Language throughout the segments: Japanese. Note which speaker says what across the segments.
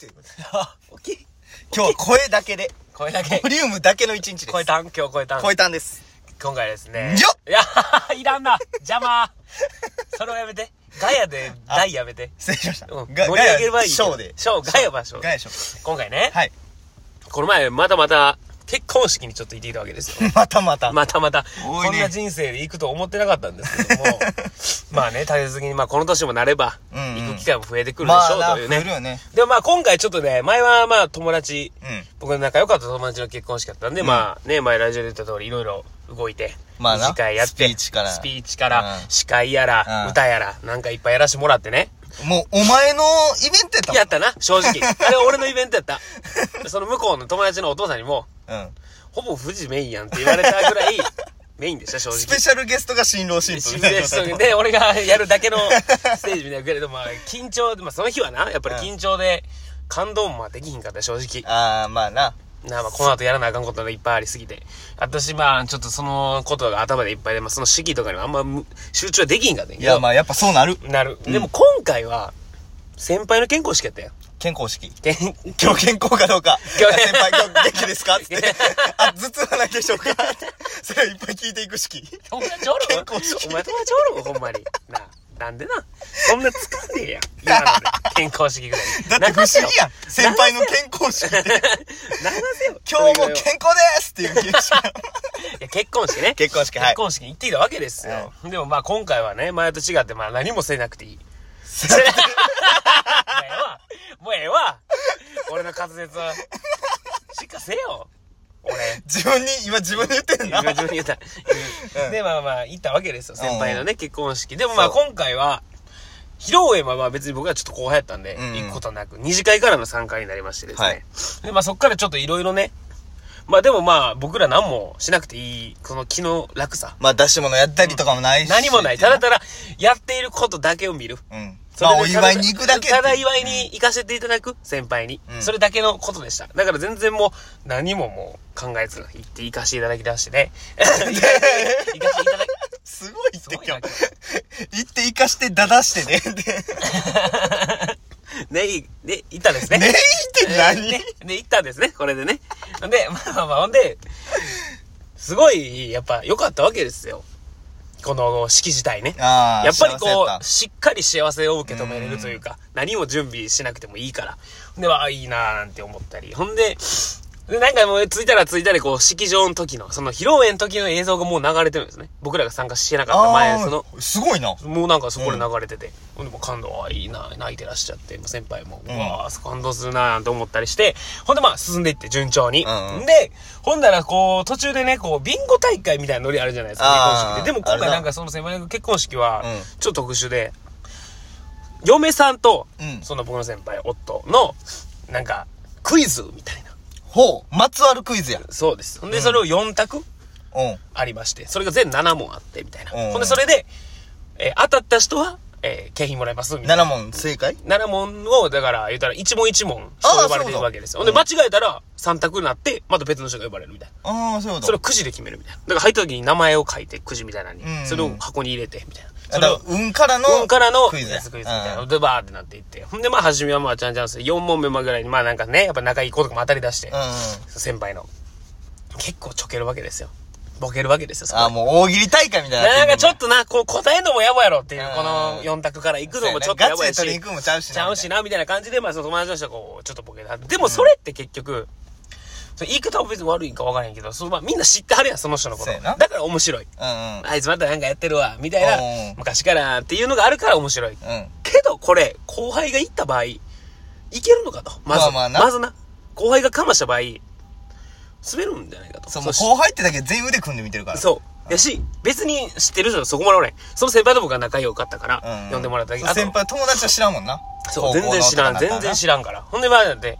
Speaker 1: ということ で。
Speaker 2: 大きい今日は声だけで、
Speaker 1: 声だけ
Speaker 2: ボ。リュームだけの一日です。
Speaker 1: 超えたん今日超えたん
Speaker 2: 超えたんです。
Speaker 1: 今回ですね。
Speaker 2: よ
Speaker 1: いや、いらんな。邪魔。それはやめて。ガヤで、大やめて。
Speaker 2: 失礼しました。
Speaker 1: うん
Speaker 2: が
Speaker 1: 盛り上げればいいけ
Speaker 2: シ
Speaker 1: ど。
Speaker 2: ョーで。
Speaker 1: ショー、ガヤはショ
Speaker 2: ガ
Speaker 1: ー。
Speaker 2: ヤショー。
Speaker 1: 今回ね、
Speaker 2: はい。
Speaker 1: この前またまた結婚式にちょっと行ってきたわけですよ。
Speaker 2: またまた。
Speaker 1: またまた、
Speaker 2: 多いね
Speaker 1: こんな人生で行くと思ってなかったんですけど も、まあね、大切に、まあこの年もなれば、
Speaker 2: うんうん
Speaker 1: 行く機会も増えてくるで
Speaker 2: ま
Speaker 1: し
Speaker 2: あ
Speaker 1: ょう
Speaker 2: な、
Speaker 1: という
Speaker 2: 来る
Speaker 1: ね。
Speaker 2: よね。
Speaker 1: でもまあ今回ちょっとね、前はまあ友達、
Speaker 2: うん。
Speaker 1: 僕の仲良かった友達の結婚式だったんで、
Speaker 2: ん
Speaker 1: まあね、前ラジオで言った通りいろいろ動いて、
Speaker 2: まあな
Speaker 1: 二次会やって、
Speaker 2: スピーチから
Speaker 1: スピーチから
Speaker 2: うん
Speaker 1: 司会やら、
Speaker 2: うん
Speaker 1: 歌やら、なんかいっぱいやらしてもらってね。
Speaker 2: もう、お前のイベント
Speaker 1: や
Speaker 2: や
Speaker 1: っ
Speaker 2: った
Speaker 1: な、正 直。あれ俺のイベントやった。その向こうの友達のお父さんにも、
Speaker 2: たもん。うん。
Speaker 1: ほぼ富士メインやんって言われたぐ らい、メインでした、正直。
Speaker 2: スペシャルゲストが新郎新婦
Speaker 1: 新
Speaker 2: み
Speaker 1: 人
Speaker 2: たいな
Speaker 1: で
Speaker 2: こ
Speaker 1: す
Speaker 2: と。
Speaker 1: で、俺がやるだけのステージみたいなけれど、まあ、緊張で、まあ、その日はな、やっぱり緊張で、感動もまあできひんかった、正直。
Speaker 2: あー、まあな。
Speaker 1: なあ、まあ、この後やらなあかんことがいっぱいありすぎて。私、まあ、ちょっとそのことが頭でいっぱいで、まあ、その式とかにはあんまむ集中はできひんかったんや
Speaker 2: い
Speaker 1: けど。
Speaker 2: や、まあやっぱそうなる。
Speaker 1: なる。でも今回は、先輩の健康式やったよ。
Speaker 2: 健康式。
Speaker 1: 健
Speaker 2: 今日健康かどうか。
Speaker 1: 今
Speaker 2: 先
Speaker 1: 日
Speaker 2: 輩今日元気ですか つって。あ、頭痛はないでしょうか ってそれをいっぱい聞いていく式。
Speaker 1: 友達おる
Speaker 2: 健康式
Speaker 1: お前友達おるもんほんまになあなんでなそんなつかんね えやん今ので健康式ぐらい
Speaker 2: だって不思議やん。先輩の健康式で。
Speaker 1: 流せよ
Speaker 2: 今日も健康ですっていう式が。
Speaker 1: いや結婚式ね
Speaker 2: 結婚式はい
Speaker 1: 結婚式に行ってきたわけですよ、でもまあ今回はね前と違ってまあ何もせなくていい もうええわもうええわ俺の滑舌はしっかせよ俺
Speaker 2: 自分に、今自分で言ってん
Speaker 1: 今
Speaker 2: な。
Speaker 1: 自分に言った、でまあまあ行ったわけですよ先輩のね、結婚式でもまあ
Speaker 2: そ
Speaker 1: 今回は披露宴はまあ別に僕はちょっと後輩やったんで、
Speaker 2: うんうん
Speaker 1: 行くことなく二次会からの参加になりましてですね、
Speaker 2: はい
Speaker 1: でまあそっからちょっといろいろねまあでもまあ僕ら何もしなくていいこの気の楽さ
Speaker 2: まあ出し物やったりとかもないし。
Speaker 1: 何もないただただやっていることだけを見る
Speaker 2: うん。
Speaker 1: そ
Speaker 2: ま
Speaker 1: れで
Speaker 2: あお祝いに行くだけ。
Speaker 1: ただ祝いに行かせていただく先輩に、
Speaker 2: うん
Speaker 1: それだけのことでしただから全然もう何ももう考えず行って行かせていただきだして ね行かせていただき
Speaker 2: すごいって
Speaker 1: すごい
Speaker 2: 今
Speaker 1: な
Speaker 2: 日。行って行かしてだだしてね。
Speaker 1: ね、
Speaker 2: で
Speaker 1: い、ね、行ったんですね。
Speaker 2: ねえって何
Speaker 1: ね、ね、行ったんですね、これでね。で、まあまあまあ、ほんで、すごい、やっぱ良かったわけですよ。この式自体ね。
Speaker 2: あー
Speaker 1: やっぱり
Speaker 2: 幸せや
Speaker 1: こ
Speaker 2: った
Speaker 1: う、しっかり幸せを受け止めれるというか、何も準備しなくてもいいから。で、わあ、いいなーなんて思ったり。ほんで、で、なんかもう、着いたら着いたで、こう、式場の時の、その、披露宴の時の映像がもう流れてるんですね。僕らが参加してなかった前、その、
Speaker 2: あーすごいな。
Speaker 1: もうなんかそこで流れてて、ほんでもう感動はいいな泣いてらっしゃって先輩も、う
Speaker 2: うん
Speaker 1: わあ感動するなーなんて思ったりしてほんでまあ進んでいって順調に、
Speaker 2: うんうん
Speaker 1: でほんならこう途中でねこうビンゴ大会みたいなノリあるじゃないですか
Speaker 2: あー
Speaker 1: 結婚式ででも今
Speaker 2: あ
Speaker 1: 回
Speaker 2: るな
Speaker 1: なんかその先輩の結婚式は
Speaker 2: う
Speaker 1: ち
Speaker 2: ん
Speaker 1: ょっと特殊で、嫁さんと
Speaker 2: うん
Speaker 1: その僕の先輩夫のなんかクイズみたいな
Speaker 2: ほう。まつわるクイズや。
Speaker 1: そうですほんでそれを4択、
Speaker 2: うん。
Speaker 1: ありまして、それが全7問あって、みたいな。
Speaker 2: うん
Speaker 1: ほんで、それで、えー当たった人は、えー景品もらえます、みたいな。
Speaker 2: 7問正解
Speaker 1: 7問を、だから、言ったら、1問1問、人
Speaker 2: あー
Speaker 1: 呼ばれてるわけですよ。ほ
Speaker 2: そ
Speaker 1: ん
Speaker 2: う
Speaker 1: で、
Speaker 2: だ
Speaker 1: 間違えたら、3択になって、また別の人が呼ばれるみたいな。
Speaker 2: ああ、そういうこ
Speaker 1: それを。
Speaker 2: と
Speaker 1: くじで決めるみたいな。だから、入った時に名前を書いて、くじみたいなのに、
Speaker 2: うん
Speaker 1: それを箱に入れて、みたいな。
Speaker 2: あ
Speaker 1: そ
Speaker 2: だ
Speaker 1: れ
Speaker 2: から
Speaker 1: を、
Speaker 2: 運からの。
Speaker 1: 運からの、
Speaker 2: クイズや。
Speaker 1: クイズみたいな。
Speaker 2: うん
Speaker 1: で、バーってなっていって。ほんで、まあ、初めはまあ、ちゃんちゃんする。4問目まあぐらいに、まあ、なんかね、やっぱ仲いい子とかも当たり出して、
Speaker 2: うんうん
Speaker 1: 先輩の。結構ちょけるわけですよ。ボケるわけですよ、そこで
Speaker 2: あーもう大喜利大会みたいにな
Speaker 1: なんかちょ
Speaker 2: と
Speaker 1: っとな、こう答えんのもやぼやろっていう
Speaker 2: う、ん
Speaker 1: この4択から行くのもちょっとや
Speaker 2: ガ
Speaker 1: ば
Speaker 2: チで
Speaker 1: いし、
Speaker 2: 取りに行くのもちゃうしな。
Speaker 1: ちゃうしな、みたいな感じで、まあその友達の人はこう、ちょっとボケた。でもそれって結局、その言い方は別に悪いんか分からへんけど、そのまあみんな知ってはるやん、その人のこと。
Speaker 2: そうやな
Speaker 1: だから面白い。
Speaker 2: みたいな。
Speaker 1: あいつまたなんかやってるわ、みたいな
Speaker 2: う、ん
Speaker 1: 昔からっていうのがあるから面白い。
Speaker 2: うんうん。うん。
Speaker 1: けどこれ、後輩が行った場合、いけるのかと。まず、
Speaker 2: まあまあな
Speaker 1: まずな。後輩がかました場合、滑るんじゃないかと。
Speaker 2: そう、もう
Speaker 1: そし
Speaker 2: 後輩ってだけで全員腕組んで見てるから。
Speaker 1: そう。やし、別に知ってる人はそこまでおれん。その先輩と僕が仲良かったから、
Speaker 2: うん。
Speaker 1: 呼んでもらっただけ。
Speaker 2: そう
Speaker 1: あと
Speaker 2: 先輩、友達は知らんもんな。
Speaker 1: そう、全然知らん。全然知
Speaker 2: ら
Speaker 1: らんから。ほんで、まあ、なんで、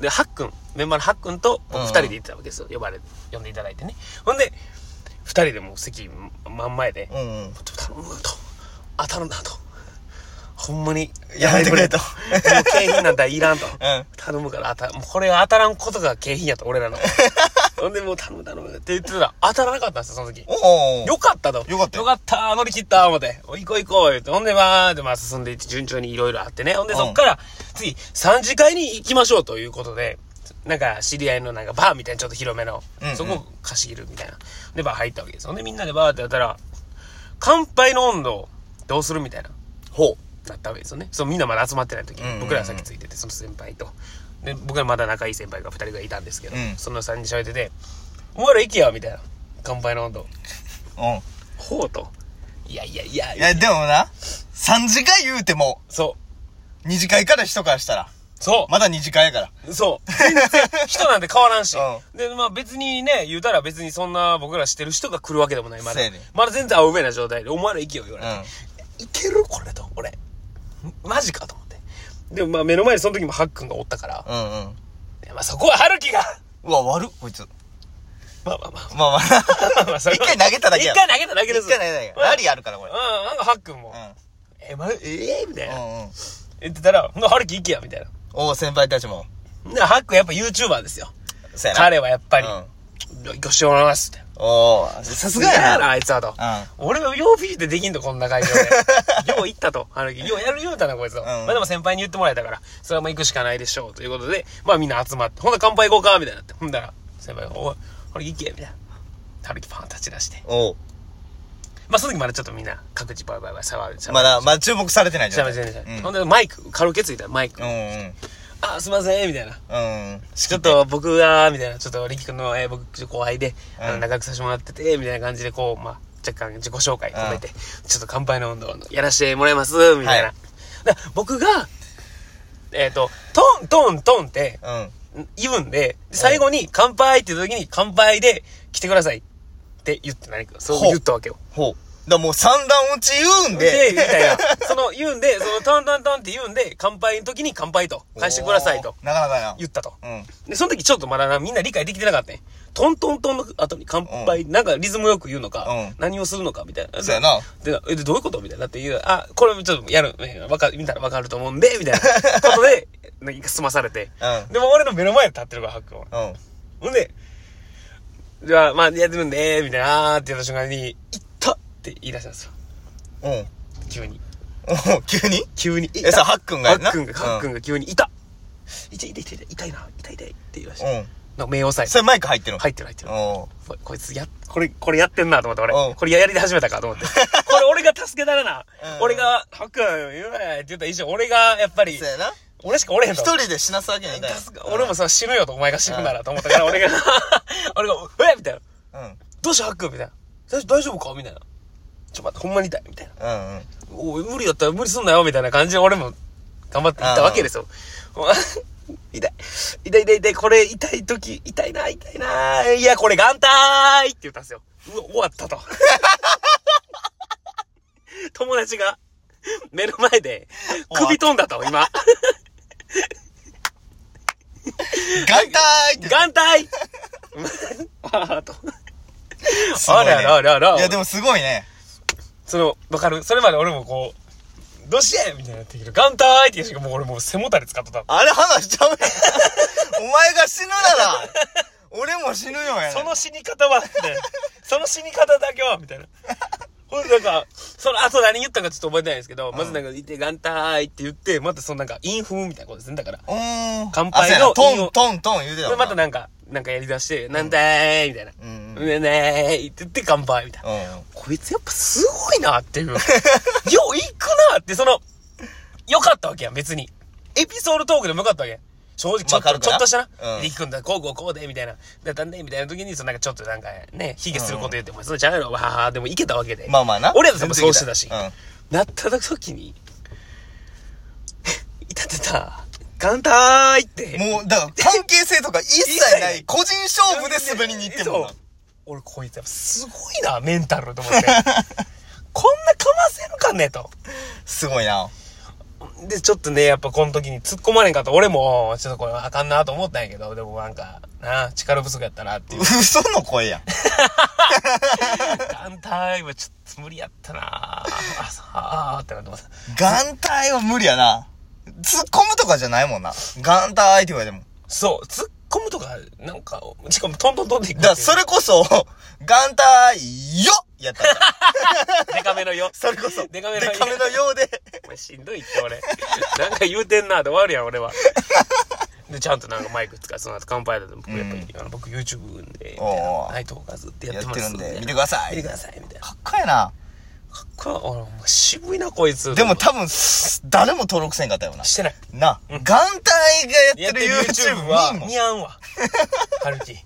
Speaker 1: で、ハックン、メンバーのハックンと、
Speaker 2: うん
Speaker 1: 僕
Speaker 2: うん
Speaker 1: 二人で行ってたわけですよ。呼ばれ、呼んでいただいてね。ほんで、二人でもう席、真ん前で、
Speaker 2: ん。うんうん。
Speaker 1: ちょっと頼むわと。当たるなと。ほんまに、
Speaker 2: やめてくれと
Speaker 1: もう景品なんだいらんと。
Speaker 2: うん。
Speaker 1: 頼むから当た、もうこれは当たらんことが景品やと、俺らの。ほんでもう頼む頼むって言ってたら当たらなかったんですよ、その時。
Speaker 2: おお
Speaker 1: よかったと。
Speaker 2: よかったよ
Speaker 1: よかった、乗り切った、思って。おい行こう行こう、言って。ほんで、まあ、で、まあ、進んでいって、順調にいろいろあってね。ほんで、
Speaker 2: うん
Speaker 1: そっから、次、3次会に行きましょうということで、なんか、知り合いのなんか、バーみたいな、ちょっと広めの
Speaker 2: うんう、ん
Speaker 1: そこを貸し切るみたいな。で、バー入ったわけです。ほんで、みんなでバーってやったら、乾杯の温度、どうするみたいな。
Speaker 2: ほ
Speaker 1: なったわけですよね。そう、みんなまだ集まってない時
Speaker 2: うんうんうん
Speaker 1: 僕らは先ついてて、その先輩と。で、僕らまだ仲いい先輩が二人がいたんですけど、
Speaker 2: うん
Speaker 1: その3人喋ってて、お前ら行けよみたいな。乾杯の温度。
Speaker 2: う。うん。
Speaker 1: ほうと。いやいやいや、
Speaker 2: いや、でもな、3次会言うても、
Speaker 1: そう。
Speaker 2: 2次会から人からしたら、
Speaker 1: そう。
Speaker 2: まだ2次会やから。
Speaker 1: そう。全然、人なんて変わらんし。
Speaker 2: う
Speaker 1: で、まあ別にね、言うたら別にそんな僕ら知ってる人が来るわけでもない。まだ
Speaker 2: そうやねん。
Speaker 1: まだ全然青梅な状態で、お前ら行けよ言われて。
Speaker 2: う
Speaker 1: いけるこれと、俺。んマジかと思って。でもまあ目の前にその時もハックンがおったから、
Speaker 2: ん。うんうん。
Speaker 1: でまあそこは春樹が、
Speaker 2: うわ、悪っ、こいつ。
Speaker 1: まあまあまあ。
Speaker 2: まあまあ。
Speaker 1: まあ まあそれ
Speaker 2: 一回投げただけや
Speaker 1: 一回投げただけです。
Speaker 2: 一回投げただけ。
Speaker 1: うん
Speaker 2: ラリーあるから、これ。
Speaker 1: うん、なんかハックンも。
Speaker 2: う
Speaker 1: え、ま、ええみたい
Speaker 2: ん。う
Speaker 1: な。
Speaker 2: んうん。
Speaker 1: 言ってたら、ほんなら春樹行けや、みたいな。
Speaker 2: おう、先輩たちも。
Speaker 1: ほんならハックンやっぱ YouTuber ですよ。
Speaker 2: そうやな。
Speaker 1: 彼はやっぱり、
Speaker 2: うん
Speaker 1: 行かしてもらいますって。
Speaker 2: おう、さすが
Speaker 1: や
Speaker 2: やな。
Speaker 1: な、あいつはと。俺はようビーでできんと、こんな会 場で。よう行ったと。あの時、ようやるようだな、こいつは。
Speaker 2: うん
Speaker 1: まあでも先輩に言ってもらえたから、それはもう行くしかないでしょう。ということで、まあみんな集まって、ほんなら乾杯行こうか、みたいになって。ほんだら、先輩が、おい、春樹行け、みたいな。春樹パン立ち出して。
Speaker 2: おう。
Speaker 1: まあその時まだちょっとみんな、各自バイバイバイ騒いで、騒いで
Speaker 2: まだ、まだ注目されてない
Speaker 1: しゃべ
Speaker 2: 態
Speaker 1: ってない
Speaker 2: うん
Speaker 1: ほんで、マイク、カラオケついたらマイク。
Speaker 2: うんうん。
Speaker 1: あ、すいません、みたいな。
Speaker 2: うんうん。
Speaker 1: ちょっと僕が、みたいな、ちょっと力君の、えー僕、ちょっと後輩で、あの、
Speaker 2: うん
Speaker 1: 長くさせてもらってて、みたいな感じで、こう、まあ、若干自己紹介込めて、ちょっと乾杯の温度をやらせてもらいます、みたいな。
Speaker 2: はい
Speaker 1: だから僕が、えっ、と、トントントンって
Speaker 2: うん。
Speaker 1: 言うんで、で最後に乾杯って言った時に乾杯で来てくださいって言って何か、そう言ったわけよ。
Speaker 2: ほう。だからもう三段落ち言うん
Speaker 1: で、み
Speaker 2: で。
Speaker 1: たい な。その言うんで、そのトントントンって言うんで、乾杯の時に乾杯と、返してくださいと
Speaker 2: おーなかなかや
Speaker 1: 言ったと。
Speaker 2: な。うん。
Speaker 1: で、その時ちょっとまだな、みんな理解できてなかったね。トントントンの後に乾杯、なんかリズムよく言うのか、
Speaker 2: うん
Speaker 1: 何をするのかみたいな。
Speaker 2: そうやな。
Speaker 1: で、え、でどういうことみたいな。だって言う、あ、これちょっとやる、ねわか、見たらわかると思うんで、みたいなことで、 なんか済まされて。
Speaker 2: うん
Speaker 1: でも俺の目の前に立ってるから、ハックンは。
Speaker 2: うん。
Speaker 1: ほんで、じゃあ、まあ、やってるんで、みたいな、って言った瞬間に、行ったって言い出したんですよ。
Speaker 2: うん。
Speaker 1: 急に。
Speaker 2: おう急に
Speaker 1: 急に。え
Speaker 2: え、さ、ハックンが
Speaker 1: ハ
Speaker 2: やんな。
Speaker 1: ックンが、ハック
Speaker 2: ン。
Speaker 1: ンが急に、いた痛い痛い痛い痛いな、痛い痛いって言いました。
Speaker 2: うん。
Speaker 1: なんか目を押さ
Speaker 2: それマイク入って
Speaker 1: え
Speaker 2: るの
Speaker 1: て。入ってる入ってる。
Speaker 2: おう
Speaker 1: ここいつや、これ、これやってんなと思って、
Speaker 2: う
Speaker 1: 俺。
Speaker 2: ん
Speaker 1: これやり始めたかと思 って。これ俺が助けたらな
Speaker 2: う。ん
Speaker 1: 俺が、ハックン言うなよって言った以上、俺がやっぱり
Speaker 2: そう、やな。
Speaker 1: 俺しかおれへん
Speaker 2: 一
Speaker 1: と。
Speaker 2: 人で死なすわけにはいかない。
Speaker 1: 助か俺もさ、死ぬよと、お前が死ぬならと思ったから、俺が、俺が、うえみたいな。
Speaker 2: うん。うん
Speaker 1: どうしたハックンみたいな。大大丈夫かみたいな。ちょ、待って、ほんまに痛いみたいな。
Speaker 2: うんうん。
Speaker 1: おい、無理だったら無理すんなよ、みたいな感じで俺も頑張っていったわけですよ。痛い。痛い痛い痛い。これ痛い時、痛いな、痛いな。いや、これ眼帯って言ったんですよ。うわ、終わったと。 友達が目の前で首飛んだと、今。
Speaker 2: 眼帯って。
Speaker 1: 眼帯あーと。
Speaker 2: すごいね
Speaker 1: あらららら
Speaker 2: いや、でもすごいね。
Speaker 1: その、わかるそれまで俺もこう、どうしてみたいになってきる。眼帯って言うしかもう俺もう背もたれ使ってた。
Speaker 2: あれ話しちゃうやん。 お前が死ぬなら、俺も死ぬよやな。
Speaker 1: その死に方は、みたい な。その死に方だけは、みたいな。ほんでなんか、その後何言ったかちょっと覚えてないですけど、まずなんか、いて、ガンターイって言って、またそのなんか、陰風みたいなことですね。だから。
Speaker 2: うーん。
Speaker 1: 乾杯の
Speaker 2: あそうやな
Speaker 1: 韻
Speaker 2: ト
Speaker 1: を
Speaker 2: ン、トン、トン言うて
Speaker 1: で、
Speaker 2: たもん
Speaker 1: またなんか、なんかやり出して、なんだーいみたいな。
Speaker 2: うんうん
Speaker 1: ねねーいって言って乾杯みたいな。
Speaker 2: うん。
Speaker 1: こいつやっぱすごいなっていう。よ う行くなって、その、よかったわけやん、別に。エピソードトークでもよかったわけやん。正直、ちょっ
Speaker 2: まあ
Speaker 1: と、
Speaker 2: 軽く
Speaker 1: ち
Speaker 2: な
Speaker 1: ょっとしたな。
Speaker 2: うん
Speaker 1: リキ君だ、こうこうこうで、みたいな。だったんで、みたいな時に、そのなんかちょっとなんかね、卑下すること言って、お前それちゃうやろ、わははでもいけたわけで。
Speaker 2: まあまあな。
Speaker 1: 俺らだってもそうしてたし。
Speaker 2: うん。
Speaker 1: なった時に、 いたてた、ガンターイって。
Speaker 2: もう、だから関係性とか一切ない、個人勝負で滑りに行ってるもんな
Speaker 1: そう。俺こいつやっぱすごいな、メンタルと思って。 こんなかませるかね、と。
Speaker 2: すごいな。
Speaker 1: で、ちょっとね、やっぱこの時に突っ込まれんかった。俺も、ちょっとこれあかんなと思ったんやけど、でもなんか、なあ、力不足やったなっていう。
Speaker 2: 嘘の声やん。
Speaker 1: 眼帯はちょっと無理やったなあ、さあ、ってなってます。
Speaker 2: 眼帯は無理やな。突っ込むとかじゃないもんな。眼帯って言われても。
Speaker 1: そう、突っ込むとか、なんか、しかもトントントンっていく
Speaker 2: だからそれこそ、眼帯、よっやったんだ。
Speaker 1: デカめのよ。
Speaker 2: それこそ、
Speaker 1: デカめの
Speaker 2: デカめのようで、
Speaker 1: お前しんどいって俺。なんか言うてんなって終わるやん俺は。で、ちゃんとなんかマイク使って、その後乾杯だと僕やっぱり、あの僕 YouTube で、みたいな
Speaker 2: おー
Speaker 1: ナイトオーカーズってや
Speaker 2: や
Speaker 1: って
Speaker 2: っ
Speaker 1: ま
Speaker 2: てる
Speaker 1: す
Speaker 2: ん
Speaker 1: みたいな
Speaker 2: で、見てください。
Speaker 1: 見てください、みたいな。
Speaker 2: かっこええな。
Speaker 1: これは、俺、お前渋いな、こいつ。
Speaker 2: でも多分、誰も登録せんかったよな。
Speaker 1: してない。
Speaker 2: な、眼帯がやってる YouTube は、
Speaker 1: 似合うわ。春樹。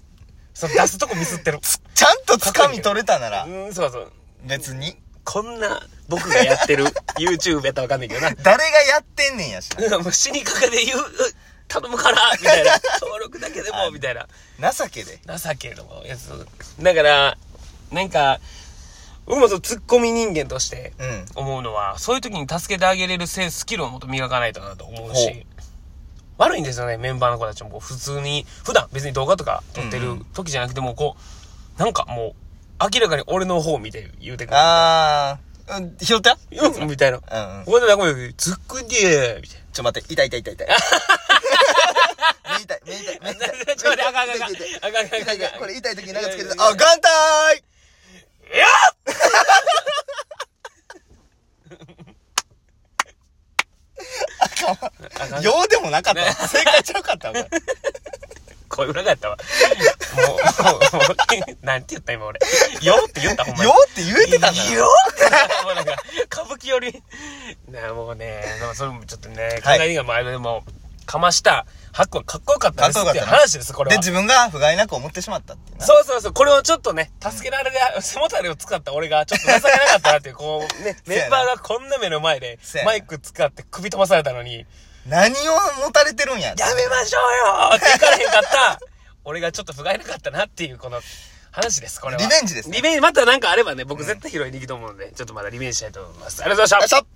Speaker 1: その出すとこミスって る。
Speaker 2: ちゃんと掴み取れたなら、
Speaker 1: うん、そうそう。
Speaker 2: 別に。
Speaker 1: こんな、僕がやってる YouTube やったらわかんないけどな。
Speaker 2: 誰がやってんねんやしな。
Speaker 1: うんもう死にかけで言う、頼むから、みたいな。登録だけでも、みたいな。
Speaker 2: 情けで。
Speaker 1: 情けのやつ。だから、なんか、うまそうツッコミ人間として
Speaker 2: うん
Speaker 1: 思うのは、そういう時に助けてあげれるセンス、スキルをもっと磨かないとなと思う
Speaker 2: ほう
Speaker 1: し、悪いんですよね、メンバーの子たちも。こう普通に、普段別に動画とか撮って
Speaker 2: う
Speaker 1: る
Speaker 2: んう
Speaker 1: 時じゃなくても、こう、なんかもう、明らかに俺の方を見て言うてくる。
Speaker 2: あー、うん拾った
Speaker 1: うん、みたいな。
Speaker 2: うんうん
Speaker 1: ここでなんかもう、ツッコんでーみたいな。
Speaker 2: ちょ、待って、痛い痛い痛い 痛い。目痛い、目痛い、目痛い。
Speaker 1: ちょ待ってあかんあかんあかん
Speaker 2: 痛い痛い
Speaker 1: あかんあかんあかん
Speaker 2: 痛い痛いこれ痛い時になんかつけると
Speaker 1: いやいやいや
Speaker 2: あ、眼帯
Speaker 1: いやあかん
Speaker 2: ようでもなかったわ。正解ちゃうかったわ、お前
Speaker 1: 声裏がやったわ。もう、もう、もう、なんて言った今俺。よって言ったほんまに。
Speaker 2: ようって言えてたんだ
Speaker 1: よ もうなんか、歌舞伎より、なあもうね、なんかそれもちょっとね、考
Speaker 2: はい
Speaker 1: えにが前でも、かました、ハックはかっこよかったです
Speaker 2: かっこ
Speaker 1: って
Speaker 2: よ
Speaker 1: い
Speaker 2: か
Speaker 1: う
Speaker 2: ったな
Speaker 1: 話です、これ
Speaker 2: で、
Speaker 1: は。
Speaker 2: 自分が不甲斐なく思ってしまったっていうな。
Speaker 1: そうそうそう、これをちょっとね、助けられる、背もたれを使った俺が、ちょっと情けなかったなっていう、こう、ね、
Speaker 2: そうや
Speaker 1: メ
Speaker 2: な
Speaker 1: ンバーがこんな目の前で
Speaker 2: そう、やな
Speaker 1: マイク使って首飛ばされたのに、
Speaker 2: 何を持たれてるんや。
Speaker 1: やめましょうよって行かれへんかった。 俺がちょっと不甲斐なかったなっていう、この話です、これは。
Speaker 2: リベンジですね
Speaker 1: リベンジ、またなんかあればね、僕絶対拾いに行くと思うので、ちょっとまだリベンジしたいと思います。ありがとうございました
Speaker 2: よいし。ょ